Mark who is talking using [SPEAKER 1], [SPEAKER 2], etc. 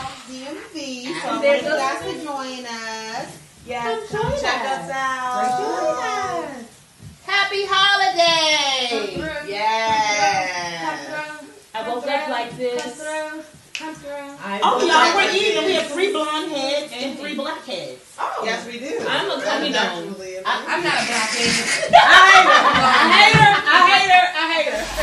[SPEAKER 1] CMV. So
[SPEAKER 2] And
[SPEAKER 1] we're
[SPEAKER 2] there's
[SPEAKER 1] glad
[SPEAKER 2] us.
[SPEAKER 1] to join us.
[SPEAKER 2] Yes,
[SPEAKER 1] Come
[SPEAKER 2] come
[SPEAKER 1] join
[SPEAKER 2] check
[SPEAKER 1] us.
[SPEAKER 2] us out.
[SPEAKER 1] Happy holidays!
[SPEAKER 2] Come through.
[SPEAKER 1] Yes.
[SPEAKER 2] I woke up like this.
[SPEAKER 3] Come through. Come through.
[SPEAKER 1] I
[SPEAKER 4] Oh,
[SPEAKER 1] would
[SPEAKER 4] y'all,
[SPEAKER 1] like
[SPEAKER 4] we're
[SPEAKER 1] to
[SPEAKER 4] even. We
[SPEAKER 1] do-
[SPEAKER 4] have three blonde heads and three black heads.
[SPEAKER 1] Oh, yes, we do.
[SPEAKER 4] I'm a
[SPEAKER 1] That's
[SPEAKER 4] coming down.
[SPEAKER 1] actually
[SPEAKER 3] I, I'm not a black man.
[SPEAKER 4] I
[SPEAKER 3] I hate her. I hate her. I hate her.